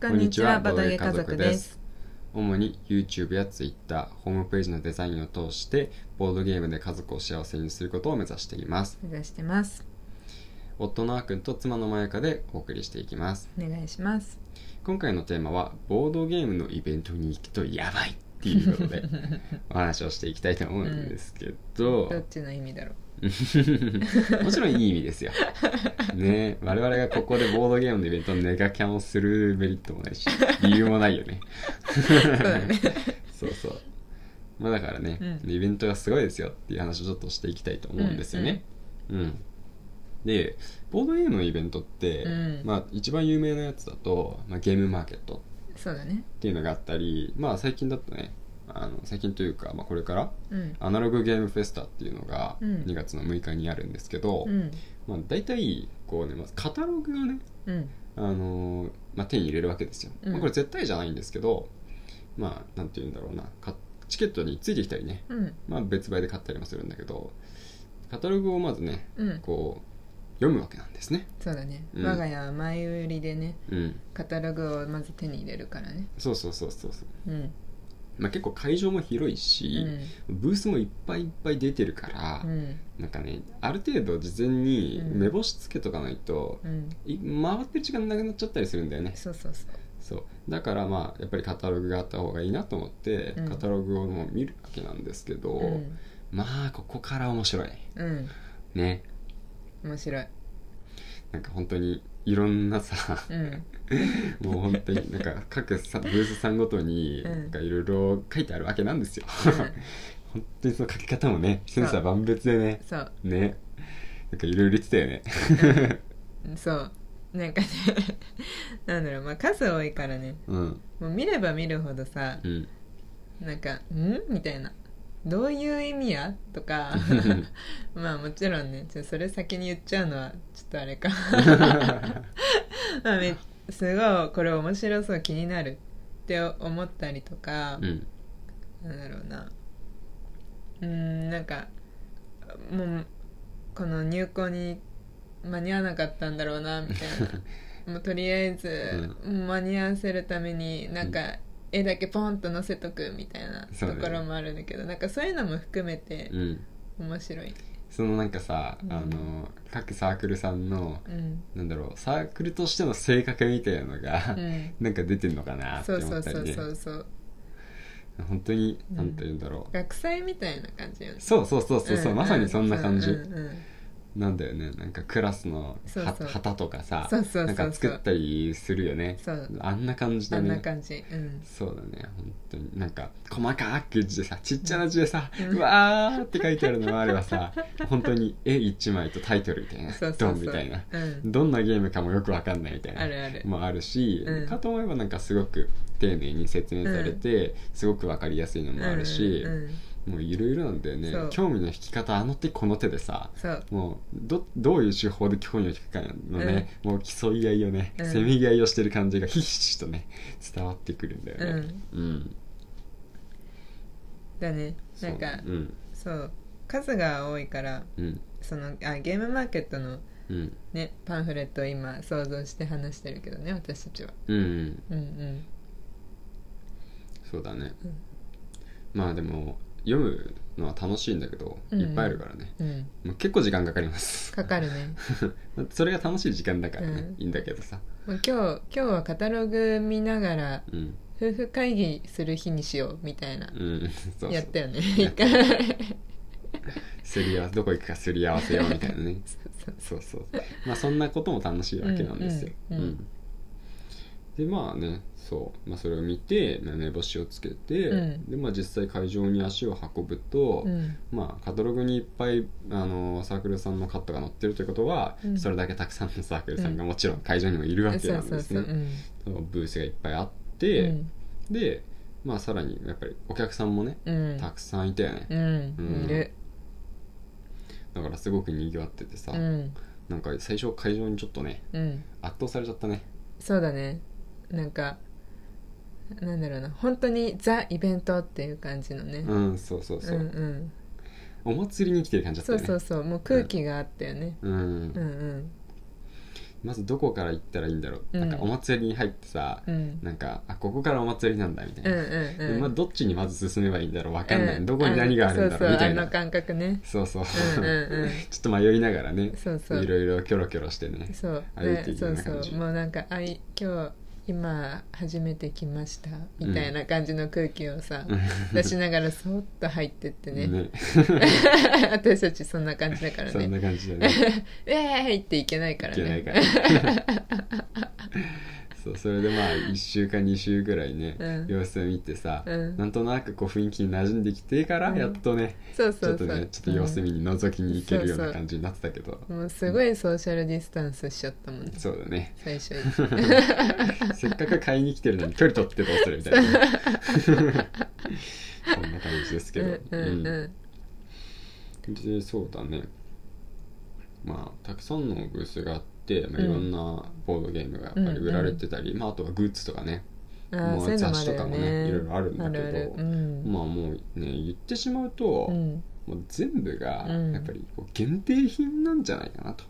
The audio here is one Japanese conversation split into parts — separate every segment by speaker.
Speaker 1: こんにちはボドゲ家族です。
Speaker 2: 主に YouTube や Twitter、ホームページのデザインを通して、ボードゲームで家族を幸せにすることを目指しています。
Speaker 1: 目指してます
Speaker 2: 夫のあーくんと妻のまやかでお送りしていきます。
Speaker 1: お願いします
Speaker 2: 今回のテーマは、ボードゲームのイベントに行くとやばいっていうこ とで、お話をしていきたいと思うんですけど、
Speaker 1: どっちの意味だ ろう
Speaker 2: もちろんいい意味ですよ。ね我々がここでボードゲームのイベントのネガキャンをするメリットもないし、理由もないよね。
Speaker 1: そうだね
Speaker 2: そうそう。まあだからね、
Speaker 1: うん
Speaker 2: イベントがすごいですよっていう話をちょっとしていきたいと思うんですよね。うん、で、ボードゲームのイベントって、
Speaker 1: うん
Speaker 2: まあ一番有名なやつだと、まあ、ゲームマーケット
Speaker 1: そうだね
Speaker 2: っていうのがあったり、まあ最近だとね、あの最近というか、まあ、これから
Speaker 1: うん
Speaker 2: アナログゲームフェスタっていうのが
Speaker 1: うん
Speaker 2: 2月の6日にあるんですけど、
Speaker 1: うん
Speaker 2: まあ、大体こうね、まずカタログをね、
Speaker 1: うん
Speaker 2: あのーまあ、手に入れるわけですよ、
Speaker 1: うん
Speaker 2: まあ、これ絶対じゃないんですけどまあなんて言うんだろうなかチケットについてきたりね、
Speaker 1: うん
Speaker 2: まあ、別売で買ったりもするんだけどカタログをまずね
Speaker 1: うん
Speaker 2: こう読むわけなんですね
Speaker 1: そうだね、
Speaker 2: うん
Speaker 1: 我が家は前売りでね
Speaker 2: うん
Speaker 1: カタログをまず手に入れるからね
Speaker 2: そうそうそうそうそう、
Speaker 1: うん
Speaker 2: まあ、結構会場も広いし、ブースもいっぱいいっぱい出てるから、
Speaker 1: うん
Speaker 2: なんかねある程度事前に
Speaker 1: うん
Speaker 2: 目星つけとかないと、
Speaker 1: うん
Speaker 2: い回ってる時間なくなっちゃったりするんだよね
Speaker 1: そうそうそう
Speaker 2: そうだからまあやっぱりカタログがあった方がいいなと思って、
Speaker 1: うん
Speaker 2: カタログをもう見るわけなんですけど、
Speaker 1: うん、
Speaker 2: まあここから面白い
Speaker 1: うん、
Speaker 2: ね
Speaker 1: 面白い
Speaker 2: なんか本当にいろんなさ、
Speaker 1: うん
Speaker 2: もう本当になんか各さブースさんごとに
Speaker 1: うん
Speaker 2: なんかいろいろ書いてあるわけなんですよ、 本当にその書き方もね千差万別でね
Speaker 1: そう
Speaker 2: ねなんかいろいろ言ってたよね
Speaker 1: そうなんかね なんだろうまあ数多いからね
Speaker 2: うん
Speaker 1: もう見れば見るほどさ
Speaker 2: うん
Speaker 1: なんか「ん?」みたいな「どういう意味や?」とかまあもちろんねちょそれ先に言っちゃうのはちょっとあれかまあめすごいこれ面白そう気になるって思ったりとか、
Speaker 2: うん
Speaker 1: なんだろうなうーんなんかもうこの入校に間に合わなかったんだろうなみたいなもうとりあえず、間に合わせるためになんか絵だけポンと載せとくみたいな
Speaker 2: そう
Speaker 1: と
Speaker 2: だね
Speaker 1: ころもあるんだけど、なんかそういうのも含めて
Speaker 2: うん
Speaker 1: 面白い、
Speaker 2: そのなんかさ、
Speaker 1: うん
Speaker 2: あの各サークルさんの
Speaker 1: うん
Speaker 2: なんだろうサークルとしての性格みたいなのが、
Speaker 1: うん、
Speaker 2: なんか出てんのかなって
Speaker 1: そう
Speaker 2: 思
Speaker 1: そう
Speaker 2: った
Speaker 1: そ
Speaker 2: り
Speaker 1: う
Speaker 2: ね
Speaker 1: そうそう
Speaker 2: 本当に
Speaker 1: うん
Speaker 2: 何て言うんだろう、
Speaker 1: 学祭みたいな感じよね
Speaker 2: そうそうそうそうそう、
Speaker 1: ん
Speaker 2: まさにそんな感じ、
Speaker 1: うんうんうん
Speaker 2: なんだよねなんかクラスの
Speaker 1: そう
Speaker 2: は
Speaker 1: そう
Speaker 2: 旗とかさ
Speaker 1: そうそうそうそう
Speaker 2: なんか作ったりするよね
Speaker 1: そう
Speaker 2: あんな感じ
Speaker 1: あ
Speaker 2: だ
Speaker 1: んな
Speaker 2: ね
Speaker 1: 感じ、うん、
Speaker 2: そうだね本当になんか細かく字でさちっちゃな字でさ「
Speaker 1: うん
Speaker 2: うわー」って書いてあるのもあればさ本当に絵1枚とタイトルみたいな
Speaker 1: そうそうそう
Speaker 2: ドンみたいな
Speaker 1: うん
Speaker 2: どんなゲームかもよくわかんないみたいな
Speaker 1: あるある
Speaker 2: もあるし、
Speaker 1: うん
Speaker 2: かと思えばなんかすごく丁寧に説明されて、すごくわかりやすいのもあるし、
Speaker 1: うんうん
Speaker 2: もういろいろなんだよ
Speaker 1: そ
Speaker 2: ね
Speaker 1: う
Speaker 2: 興味の引き方あの手この手でさ
Speaker 1: そう
Speaker 2: もうどどういう手法で興味を引くかのね、もう競い合いをね、
Speaker 1: うん
Speaker 2: せめぎ合いをしてる感じがひしひしとね伝わってくるんだよね。うん
Speaker 1: だね
Speaker 2: そ
Speaker 1: な
Speaker 2: うん
Speaker 1: か
Speaker 2: うん
Speaker 1: そう数が多いから
Speaker 2: うん
Speaker 1: そのあゲームマーケットの
Speaker 2: うん
Speaker 1: ねパンフレットを今想像して話してるけどね私たちは
Speaker 2: うんうん
Speaker 1: うんうん
Speaker 2: そうだね、
Speaker 1: うん
Speaker 2: まあでも読むのは楽しいんだけど、
Speaker 1: うん
Speaker 2: いっぱいあるからね
Speaker 1: うん
Speaker 2: もう結構時間かかります
Speaker 1: かかるね
Speaker 2: それが楽しい時間だからね、
Speaker 1: うん
Speaker 2: いいんだけどさ、
Speaker 1: もう今日今日はカタログ見ながら
Speaker 2: うん
Speaker 1: 夫婦会議する日にしようみたいな
Speaker 2: うん、そうそ
Speaker 1: や
Speaker 2: う
Speaker 1: ったよね一回
Speaker 2: すり合わせどこ行くかすり合わせようみたいな ね
Speaker 1: そう
Speaker 2: そうそうまあそんなことも楽しいわけなんですよ、
Speaker 1: うんうんうん
Speaker 2: でまあねそう、まあ、それを見てまあ目星をつけて、
Speaker 1: うん
Speaker 2: でまあ、実際会場に足を運ぶと、
Speaker 1: うん
Speaker 2: まあ、カタログにいっぱいあのサークルさんのカットが載ってるということは、
Speaker 1: うん
Speaker 2: それだけたくさんのサークルさんがもちろん会場にもいるわけ
Speaker 1: そう
Speaker 2: な
Speaker 1: んそ
Speaker 2: で
Speaker 1: う
Speaker 2: す
Speaker 1: そうう
Speaker 2: ね、
Speaker 1: ん
Speaker 2: そうブースがいっぱいあっ
Speaker 1: う
Speaker 2: て、
Speaker 1: ん
Speaker 2: で、まあ、さらにやっぱりお客さんもね
Speaker 1: うん
Speaker 2: たくさんいたよね、
Speaker 1: うんいる
Speaker 2: だからすごく賑わっててさ、
Speaker 1: うん
Speaker 2: なんか最初会場にちょっとね
Speaker 1: うん
Speaker 2: 圧倒されちゃったね
Speaker 1: そうだねなんかなんだろうな本当にザ・イベントっていう感じのね、
Speaker 2: うんそうそうそう、
Speaker 1: んうん
Speaker 2: お祭りに来てる感じだった
Speaker 1: そう
Speaker 2: よね
Speaker 1: そうそうもう空気があったよね、
Speaker 2: うん
Speaker 1: うん、うん
Speaker 2: まずどこから行ったらいいんだろう、
Speaker 1: うん
Speaker 2: なんかお祭りに入ってさ、
Speaker 1: うん
Speaker 2: なんかあここからお祭りなんだみたい
Speaker 1: うん
Speaker 2: な、
Speaker 1: うんう
Speaker 2: で
Speaker 1: ん
Speaker 2: まあ、どっちにまず進めばいいんだろうわかんない、どこに何があるんだ
Speaker 1: そ
Speaker 2: ろう
Speaker 1: うそう
Speaker 2: みた
Speaker 1: あ
Speaker 2: い
Speaker 1: の
Speaker 2: な
Speaker 1: 感覚ね
Speaker 2: そうそう
Speaker 1: うんうんうん
Speaker 2: ちょっと迷いながらね
Speaker 1: そうそう
Speaker 2: いろいろキョロキョロして ね
Speaker 1: そう
Speaker 2: 歩い
Speaker 1: ね
Speaker 2: ていく
Speaker 1: そ
Speaker 2: よう
Speaker 1: う
Speaker 2: な
Speaker 1: そ
Speaker 2: 感じ
Speaker 1: うもうなんかあい今日今初めて来ましたみたいな感じの空気をさ、出しながらそっと入ってって ね 私たちそんな感じだから
Speaker 2: そん
Speaker 1: ね
Speaker 2: な感じでね
Speaker 1: 「ウェーイ!」っていけないから
Speaker 2: いけない
Speaker 1: ね
Speaker 2: からそうそれでまあ1週か2週ぐらいね、
Speaker 1: うん
Speaker 2: 様子を見てさ、
Speaker 1: うん
Speaker 2: なんとなくこう雰囲気に馴染んできてから
Speaker 1: うん
Speaker 2: やっとね、
Speaker 1: そう
Speaker 2: ち
Speaker 1: そ
Speaker 2: ょっ
Speaker 1: う
Speaker 2: と
Speaker 1: そう
Speaker 2: ねちょっと様子見に覗きに行けるよう
Speaker 1: そう
Speaker 2: な
Speaker 1: そう
Speaker 2: 感じになってたけど、
Speaker 1: うんもうすごいソーシャルディスタンスしちゃったもんね
Speaker 2: そうだね
Speaker 1: 最初に
Speaker 2: せっかく買いに来てるのに距離取ってどうするみたいなね そんな感じですけ
Speaker 1: う
Speaker 2: ど、
Speaker 1: んうんうん
Speaker 2: でそうだねまあたくさんのブースがあって、まあ、
Speaker 1: うん
Speaker 2: いろんなボードゲームがやっぱり売られてたり、まあ、あとはグッズとかね、
Speaker 1: ああ
Speaker 2: もう
Speaker 1: そういうのもあ
Speaker 2: 雑誌
Speaker 1: る
Speaker 2: とか
Speaker 1: よ
Speaker 2: もね
Speaker 1: ね
Speaker 2: いろいろあるんだけど
Speaker 1: あるあるうん
Speaker 2: まあもうね言ってしまうと、
Speaker 1: うん
Speaker 2: もう全部が
Speaker 1: うん
Speaker 2: やっぱりこう限定品なんじゃないかなと、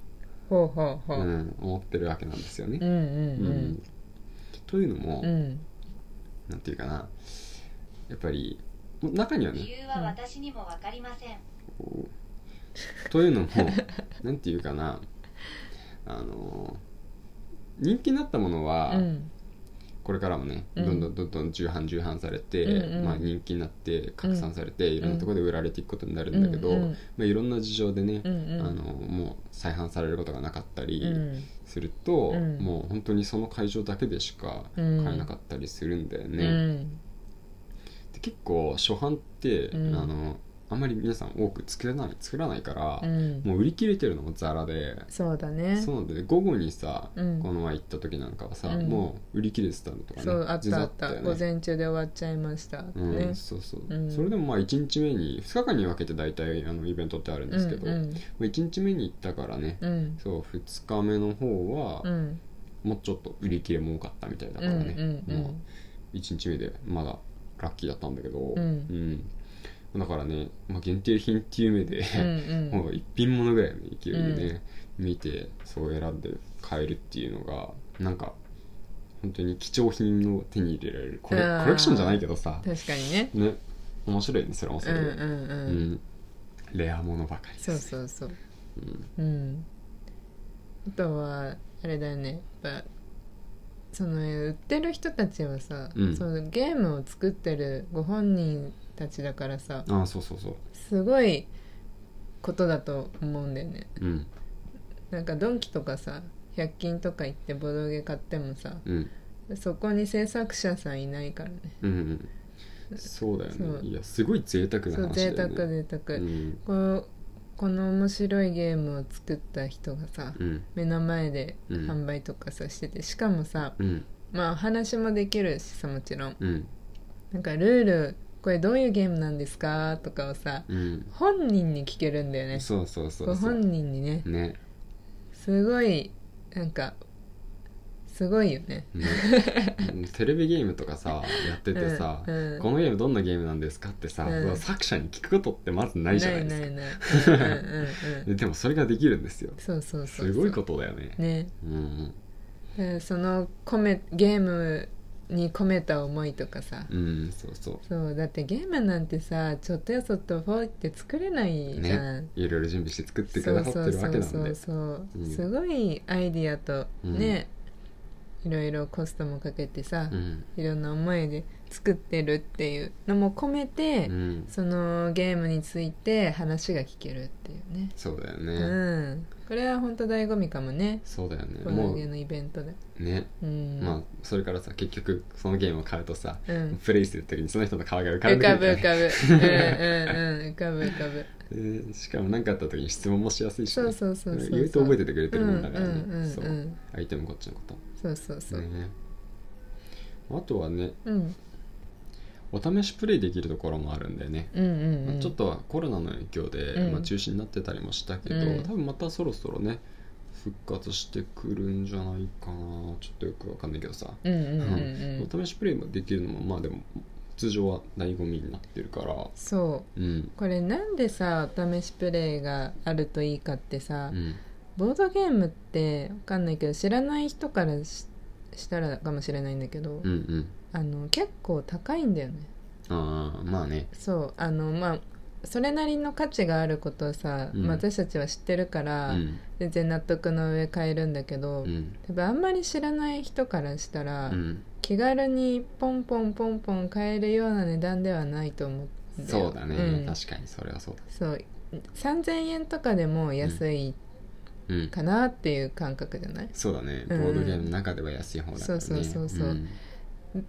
Speaker 1: ほうほうほ
Speaker 2: う、
Speaker 1: うん
Speaker 2: 思ってるわけなんですよ
Speaker 1: う
Speaker 2: ね。
Speaker 1: ん
Speaker 2: う
Speaker 1: うん
Speaker 2: んというのも、
Speaker 1: うんうん
Speaker 2: なんていうかなやっぱり中にはね
Speaker 3: 理由は私にもわかりません、
Speaker 2: こうというのもなんていうかなあの人気になったものは、
Speaker 1: うん
Speaker 2: これからもね
Speaker 1: う
Speaker 2: ど
Speaker 1: ん
Speaker 2: んどんどんどん重版重版されて、
Speaker 1: うんうん
Speaker 2: まあ、人気になって拡散されて、いろんなところで売られていくことになる
Speaker 1: うん
Speaker 2: だけど、
Speaker 1: ん
Speaker 2: まあ、いろんな事情でね、
Speaker 1: うんうん
Speaker 2: あのもう再販されることがなかったり
Speaker 1: うん
Speaker 2: すると、
Speaker 1: うん
Speaker 2: もう本当にその会場だけでしか買
Speaker 1: うん
Speaker 2: えなかったりするんだよね。
Speaker 1: うん
Speaker 2: で結構初版って、
Speaker 1: うん
Speaker 2: あのあんまり皆さん多く作らない作らないから、
Speaker 1: うん
Speaker 2: もう売り切れてるのもザラで、
Speaker 1: そうだね
Speaker 2: そうなんだよね午後にさ、
Speaker 1: うん
Speaker 2: この前行った時なんかはさ、
Speaker 1: うん
Speaker 2: もう売り切れてたのとかね
Speaker 1: そうあっ
Speaker 2: 全然
Speaker 1: たあった
Speaker 2: よね
Speaker 1: 午前中で終わっちゃいましたって
Speaker 2: うん
Speaker 1: ね
Speaker 2: そうそう、
Speaker 1: うん
Speaker 2: それでもまあ1日目に2日間に分けて大体あのイベントってあるんですけど、
Speaker 1: う
Speaker 2: ま
Speaker 1: ん
Speaker 2: あ、1日目に行ったからね、
Speaker 1: うん
Speaker 2: そう2日目の方は、
Speaker 1: うん
Speaker 2: もうちょっと売り切れも多かったみたいだ
Speaker 1: う
Speaker 2: か
Speaker 1: んう
Speaker 2: ら
Speaker 1: ん
Speaker 2: ね、
Speaker 1: う
Speaker 2: も
Speaker 1: ん
Speaker 2: う1日目でまだラッキーだったんだけど、
Speaker 1: うん
Speaker 2: うんだからね、まあ、限定品っていう目で、
Speaker 1: うん
Speaker 2: もう一品物ぐらいの勢いでね、見てそう選んで買えるっていうのがなんか本当に貴重品を手に入れられるコレ
Speaker 1: あー
Speaker 2: コレクションじゃないけどさ
Speaker 1: 確かにね
Speaker 2: ね面白いねそれもそ
Speaker 1: うん
Speaker 2: れ
Speaker 1: う
Speaker 2: で、
Speaker 1: んうん、
Speaker 2: うんレアものばかりです
Speaker 1: そうそうそう
Speaker 2: う
Speaker 1: う
Speaker 2: ん
Speaker 1: んあとはあれだよねやっぱその売ってる人たちはさ、
Speaker 2: うん
Speaker 1: そのゲームを作ってるご本人たちだからさ
Speaker 2: ああそうそうそう
Speaker 1: すごいことだと思うんだよね
Speaker 2: うん
Speaker 1: なんかドンキとかさ100均とか行ってボドゲ買ってもさ
Speaker 2: うん
Speaker 1: そこに制作者さんいないからね
Speaker 2: うんうんそうだよ
Speaker 1: そ
Speaker 2: ね
Speaker 1: う
Speaker 2: いやすごい贅沢な
Speaker 1: そう
Speaker 2: 話だよ
Speaker 1: 贅
Speaker 2: ね
Speaker 1: 沢贅沢、
Speaker 2: うん
Speaker 1: ここの面白いゲームを作った人がさ、
Speaker 2: うん
Speaker 1: 目の前で
Speaker 2: うん
Speaker 1: 販売とかさしててしかもさ
Speaker 2: うん
Speaker 1: まあお話もできるしさもちろん
Speaker 2: うん
Speaker 1: なんかルールこれどういうゲームなんですかとかをさ
Speaker 2: うん
Speaker 1: 本人に聞けるんだよね
Speaker 2: そうそうそう
Speaker 1: ご
Speaker 2: そ
Speaker 1: 本
Speaker 2: う
Speaker 1: 人にね
Speaker 2: ね
Speaker 1: すごいなんかすごいよね
Speaker 2: ねうんテレビゲームとかさやっててさ、
Speaker 1: うんうん
Speaker 2: このゲームどんなゲームなんですかってさ、
Speaker 1: うん
Speaker 2: 作者に聞くことってまずないじゃないです
Speaker 1: な
Speaker 2: か
Speaker 1: い ないないうんうんうんう
Speaker 2: で
Speaker 1: ん
Speaker 2: でもそれができるんですよ
Speaker 1: そうそうそうそう
Speaker 2: すごいことだよね
Speaker 1: ね
Speaker 2: うん
Speaker 1: だからその込めゲームに込めた思いとかさ、
Speaker 2: うん、うん、そうそ
Speaker 1: そうだってゲームなんてさちょっとやそっとフォーって作れないうじゃん、
Speaker 2: ねいろいろ準備して作ってく
Speaker 1: そう
Speaker 2: ださ
Speaker 1: そ
Speaker 2: っ
Speaker 1: う
Speaker 2: てる
Speaker 1: そ
Speaker 2: わけ
Speaker 1: う
Speaker 2: な
Speaker 1: そ
Speaker 2: んで
Speaker 1: うそう
Speaker 2: うん
Speaker 1: すごいアイディアと
Speaker 2: うん
Speaker 1: ね、いろいろコストもかけてさ、
Speaker 2: うん
Speaker 1: いろんな思いで作ってるっていうのも込めて、
Speaker 2: うん
Speaker 1: そのゲームについて話が聞けるっていうね、
Speaker 2: そうだよね、
Speaker 1: うんこれは本当醍醐味かもね
Speaker 2: そうだよね
Speaker 1: ボド
Speaker 2: も
Speaker 1: ゲ
Speaker 2: う
Speaker 1: のイベントで
Speaker 2: ね、
Speaker 1: うん、
Speaker 2: まあそれからさ結局そのゲームを買うとさ、
Speaker 1: うん
Speaker 2: プレイする時にその人の顔が浮か
Speaker 1: 浮
Speaker 2: んでく
Speaker 1: か
Speaker 2: る
Speaker 1: ぶ
Speaker 2: じゃ
Speaker 1: 浮
Speaker 2: ない
Speaker 1: かぶうんうんうん浮かぶ浮か ぶ
Speaker 2: でしかも何かあった時に質問もしやすいしね、
Speaker 1: そうそうそうそうそう
Speaker 2: 意外と覚えててくれてるもんだからね、
Speaker 1: うんうんうんうん
Speaker 2: そう相手もこっちのこと
Speaker 1: そうそうそう、
Speaker 2: ねあとはね
Speaker 1: うん
Speaker 2: お試しプレイできるところもあるんだよね、
Speaker 1: うんうんうん
Speaker 2: まあちょっとコロナの影響で、
Speaker 1: うん
Speaker 2: まあ、中止になってたりもしたけど、
Speaker 1: うん
Speaker 2: 多分またそろそろね復活してくるんじゃないかなちょっとよくわかんないけどさ、
Speaker 1: うんうんうんうん、
Speaker 2: お試しプレイもできるのもまあでも通常は醍醐味になってるから
Speaker 1: そう
Speaker 2: うん
Speaker 1: これなんでさお試しプレイがあるといいかって
Speaker 2: う
Speaker 1: さ、
Speaker 2: ん
Speaker 1: ボードゲームってわかんないけど知らない人からししたらかもしれないんだけど、
Speaker 2: うんうん
Speaker 1: あの結構高いんだよね
Speaker 2: ああまあね
Speaker 1: そうあのまあそれなりの価値があることをさ、
Speaker 2: うん
Speaker 1: まあ私たちは知ってるか
Speaker 2: う
Speaker 1: ら、
Speaker 2: ん
Speaker 1: 全然納得の上買えるんだけど、
Speaker 2: うん
Speaker 1: 多分あんまり知らない人からした
Speaker 2: う
Speaker 1: ら、
Speaker 2: ん
Speaker 1: 気軽にポンポンポンポン買えるような値段ではないと思うんよ
Speaker 2: そうだね、
Speaker 1: うん
Speaker 2: 確かにそれはそうだ
Speaker 1: そう3000円とかでも安い
Speaker 2: うん
Speaker 1: かなっていう感覚じゃない、
Speaker 2: そうだね、
Speaker 1: うん
Speaker 2: ボードゲームの中では安い方だからね
Speaker 1: そうそうそうそうん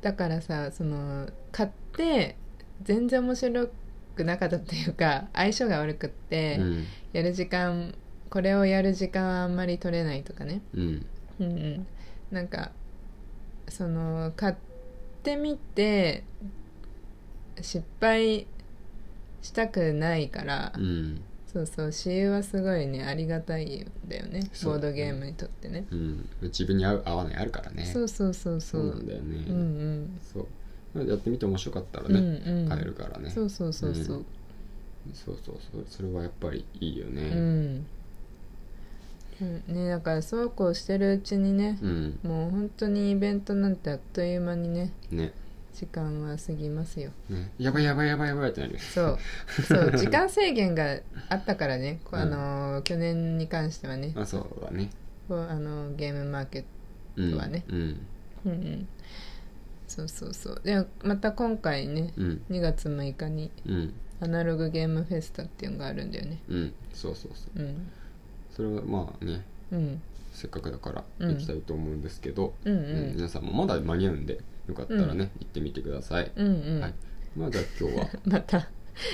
Speaker 1: だからさその買って全然面白くなかったっていうか相性が悪くって、
Speaker 2: うん
Speaker 1: やる時間これをやる時間はあんまり取れないとかね
Speaker 2: うん
Speaker 1: うんうんなんかその買ってみて失敗したくないから、
Speaker 2: うん
Speaker 1: そうそう私有はすごいねありがたいんだよね
Speaker 2: そ
Speaker 1: ボ
Speaker 2: う
Speaker 1: ー
Speaker 2: だね
Speaker 1: ドゲームにとってね
Speaker 2: うん自分に合う合わないあるからね
Speaker 1: そうそうそうそ
Speaker 2: そううなんだよね、
Speaker 1: うんうん
Speaker 2: そうなのでやってみて面白かったら
Speaker 1: うん
Speaker 2: ね、
Speaker 1: うん
Speaker 2: 買えるからね
Speaker 1: そうそうそうそう
Speaker 2: そうそうそうそれはやっぱりいいよ
Speaker 1: う
Speaker 2: ね
Speaker 1: ん、うんねだからそうこうしてるうちにね
Speaker 2: う、ん、
Speaker 1: もう本当にイベントなんてあっという間にね
Speaker 2: ね
Speaker 1: 時間は過ぎますよ
Speaker 2: ねやばいやばいやばいやばいってなる
Speaker 1: そうそう時間制限があったからね、 こう
Speaker 2: うん
Speaker 1: あのー去年に関してはね
Speaker 2: あそうだね
Speaker 1: こうあのーゲームマーケット
Speaker 2: うん
Speaker 1: そうだね
Speaker 2: うん
Speaker 1: うんうんそうそうそうでまた今回ね
Speaker 2: うん
Speaker 1: 2月6日に
Speaker 2: うん
Speaker 1: アナログゲームフェスタっていうのがあるんだよね
Speaker 2: うんそうそうそう
Speaker 1: うん
Speaker 2: それはまあね
Speaker 1: うん
Speaker 2: せっかくだから
Speaker 1: うん
Speaker 2: 行きたいと思うんですけど、
Speaker 1: うんうん
Speaker 2: うん皆さんもまだ間に合うんでよかったらね、行ってみてください、
Speaker 1: うんうん、
Speaker 2: はいまあじゃあ今日は
Speaker 1: また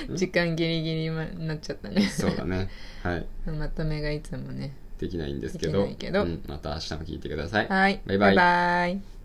Speaker 2: うん
Speaker 1: 時間ギリギリまになっちゃったね
Speaker 2: そうだねはい
Speaker 1: まとめがいつもね
Speaker 2: できないんですけ
Speaker 1: で
Speaker 2: ど
Speaker 1: きないけど
Speaker 2: うん、また明日も聞いてください
Speaker 1: はい
Speaker 2: バイバイ
Speaker 1: バイ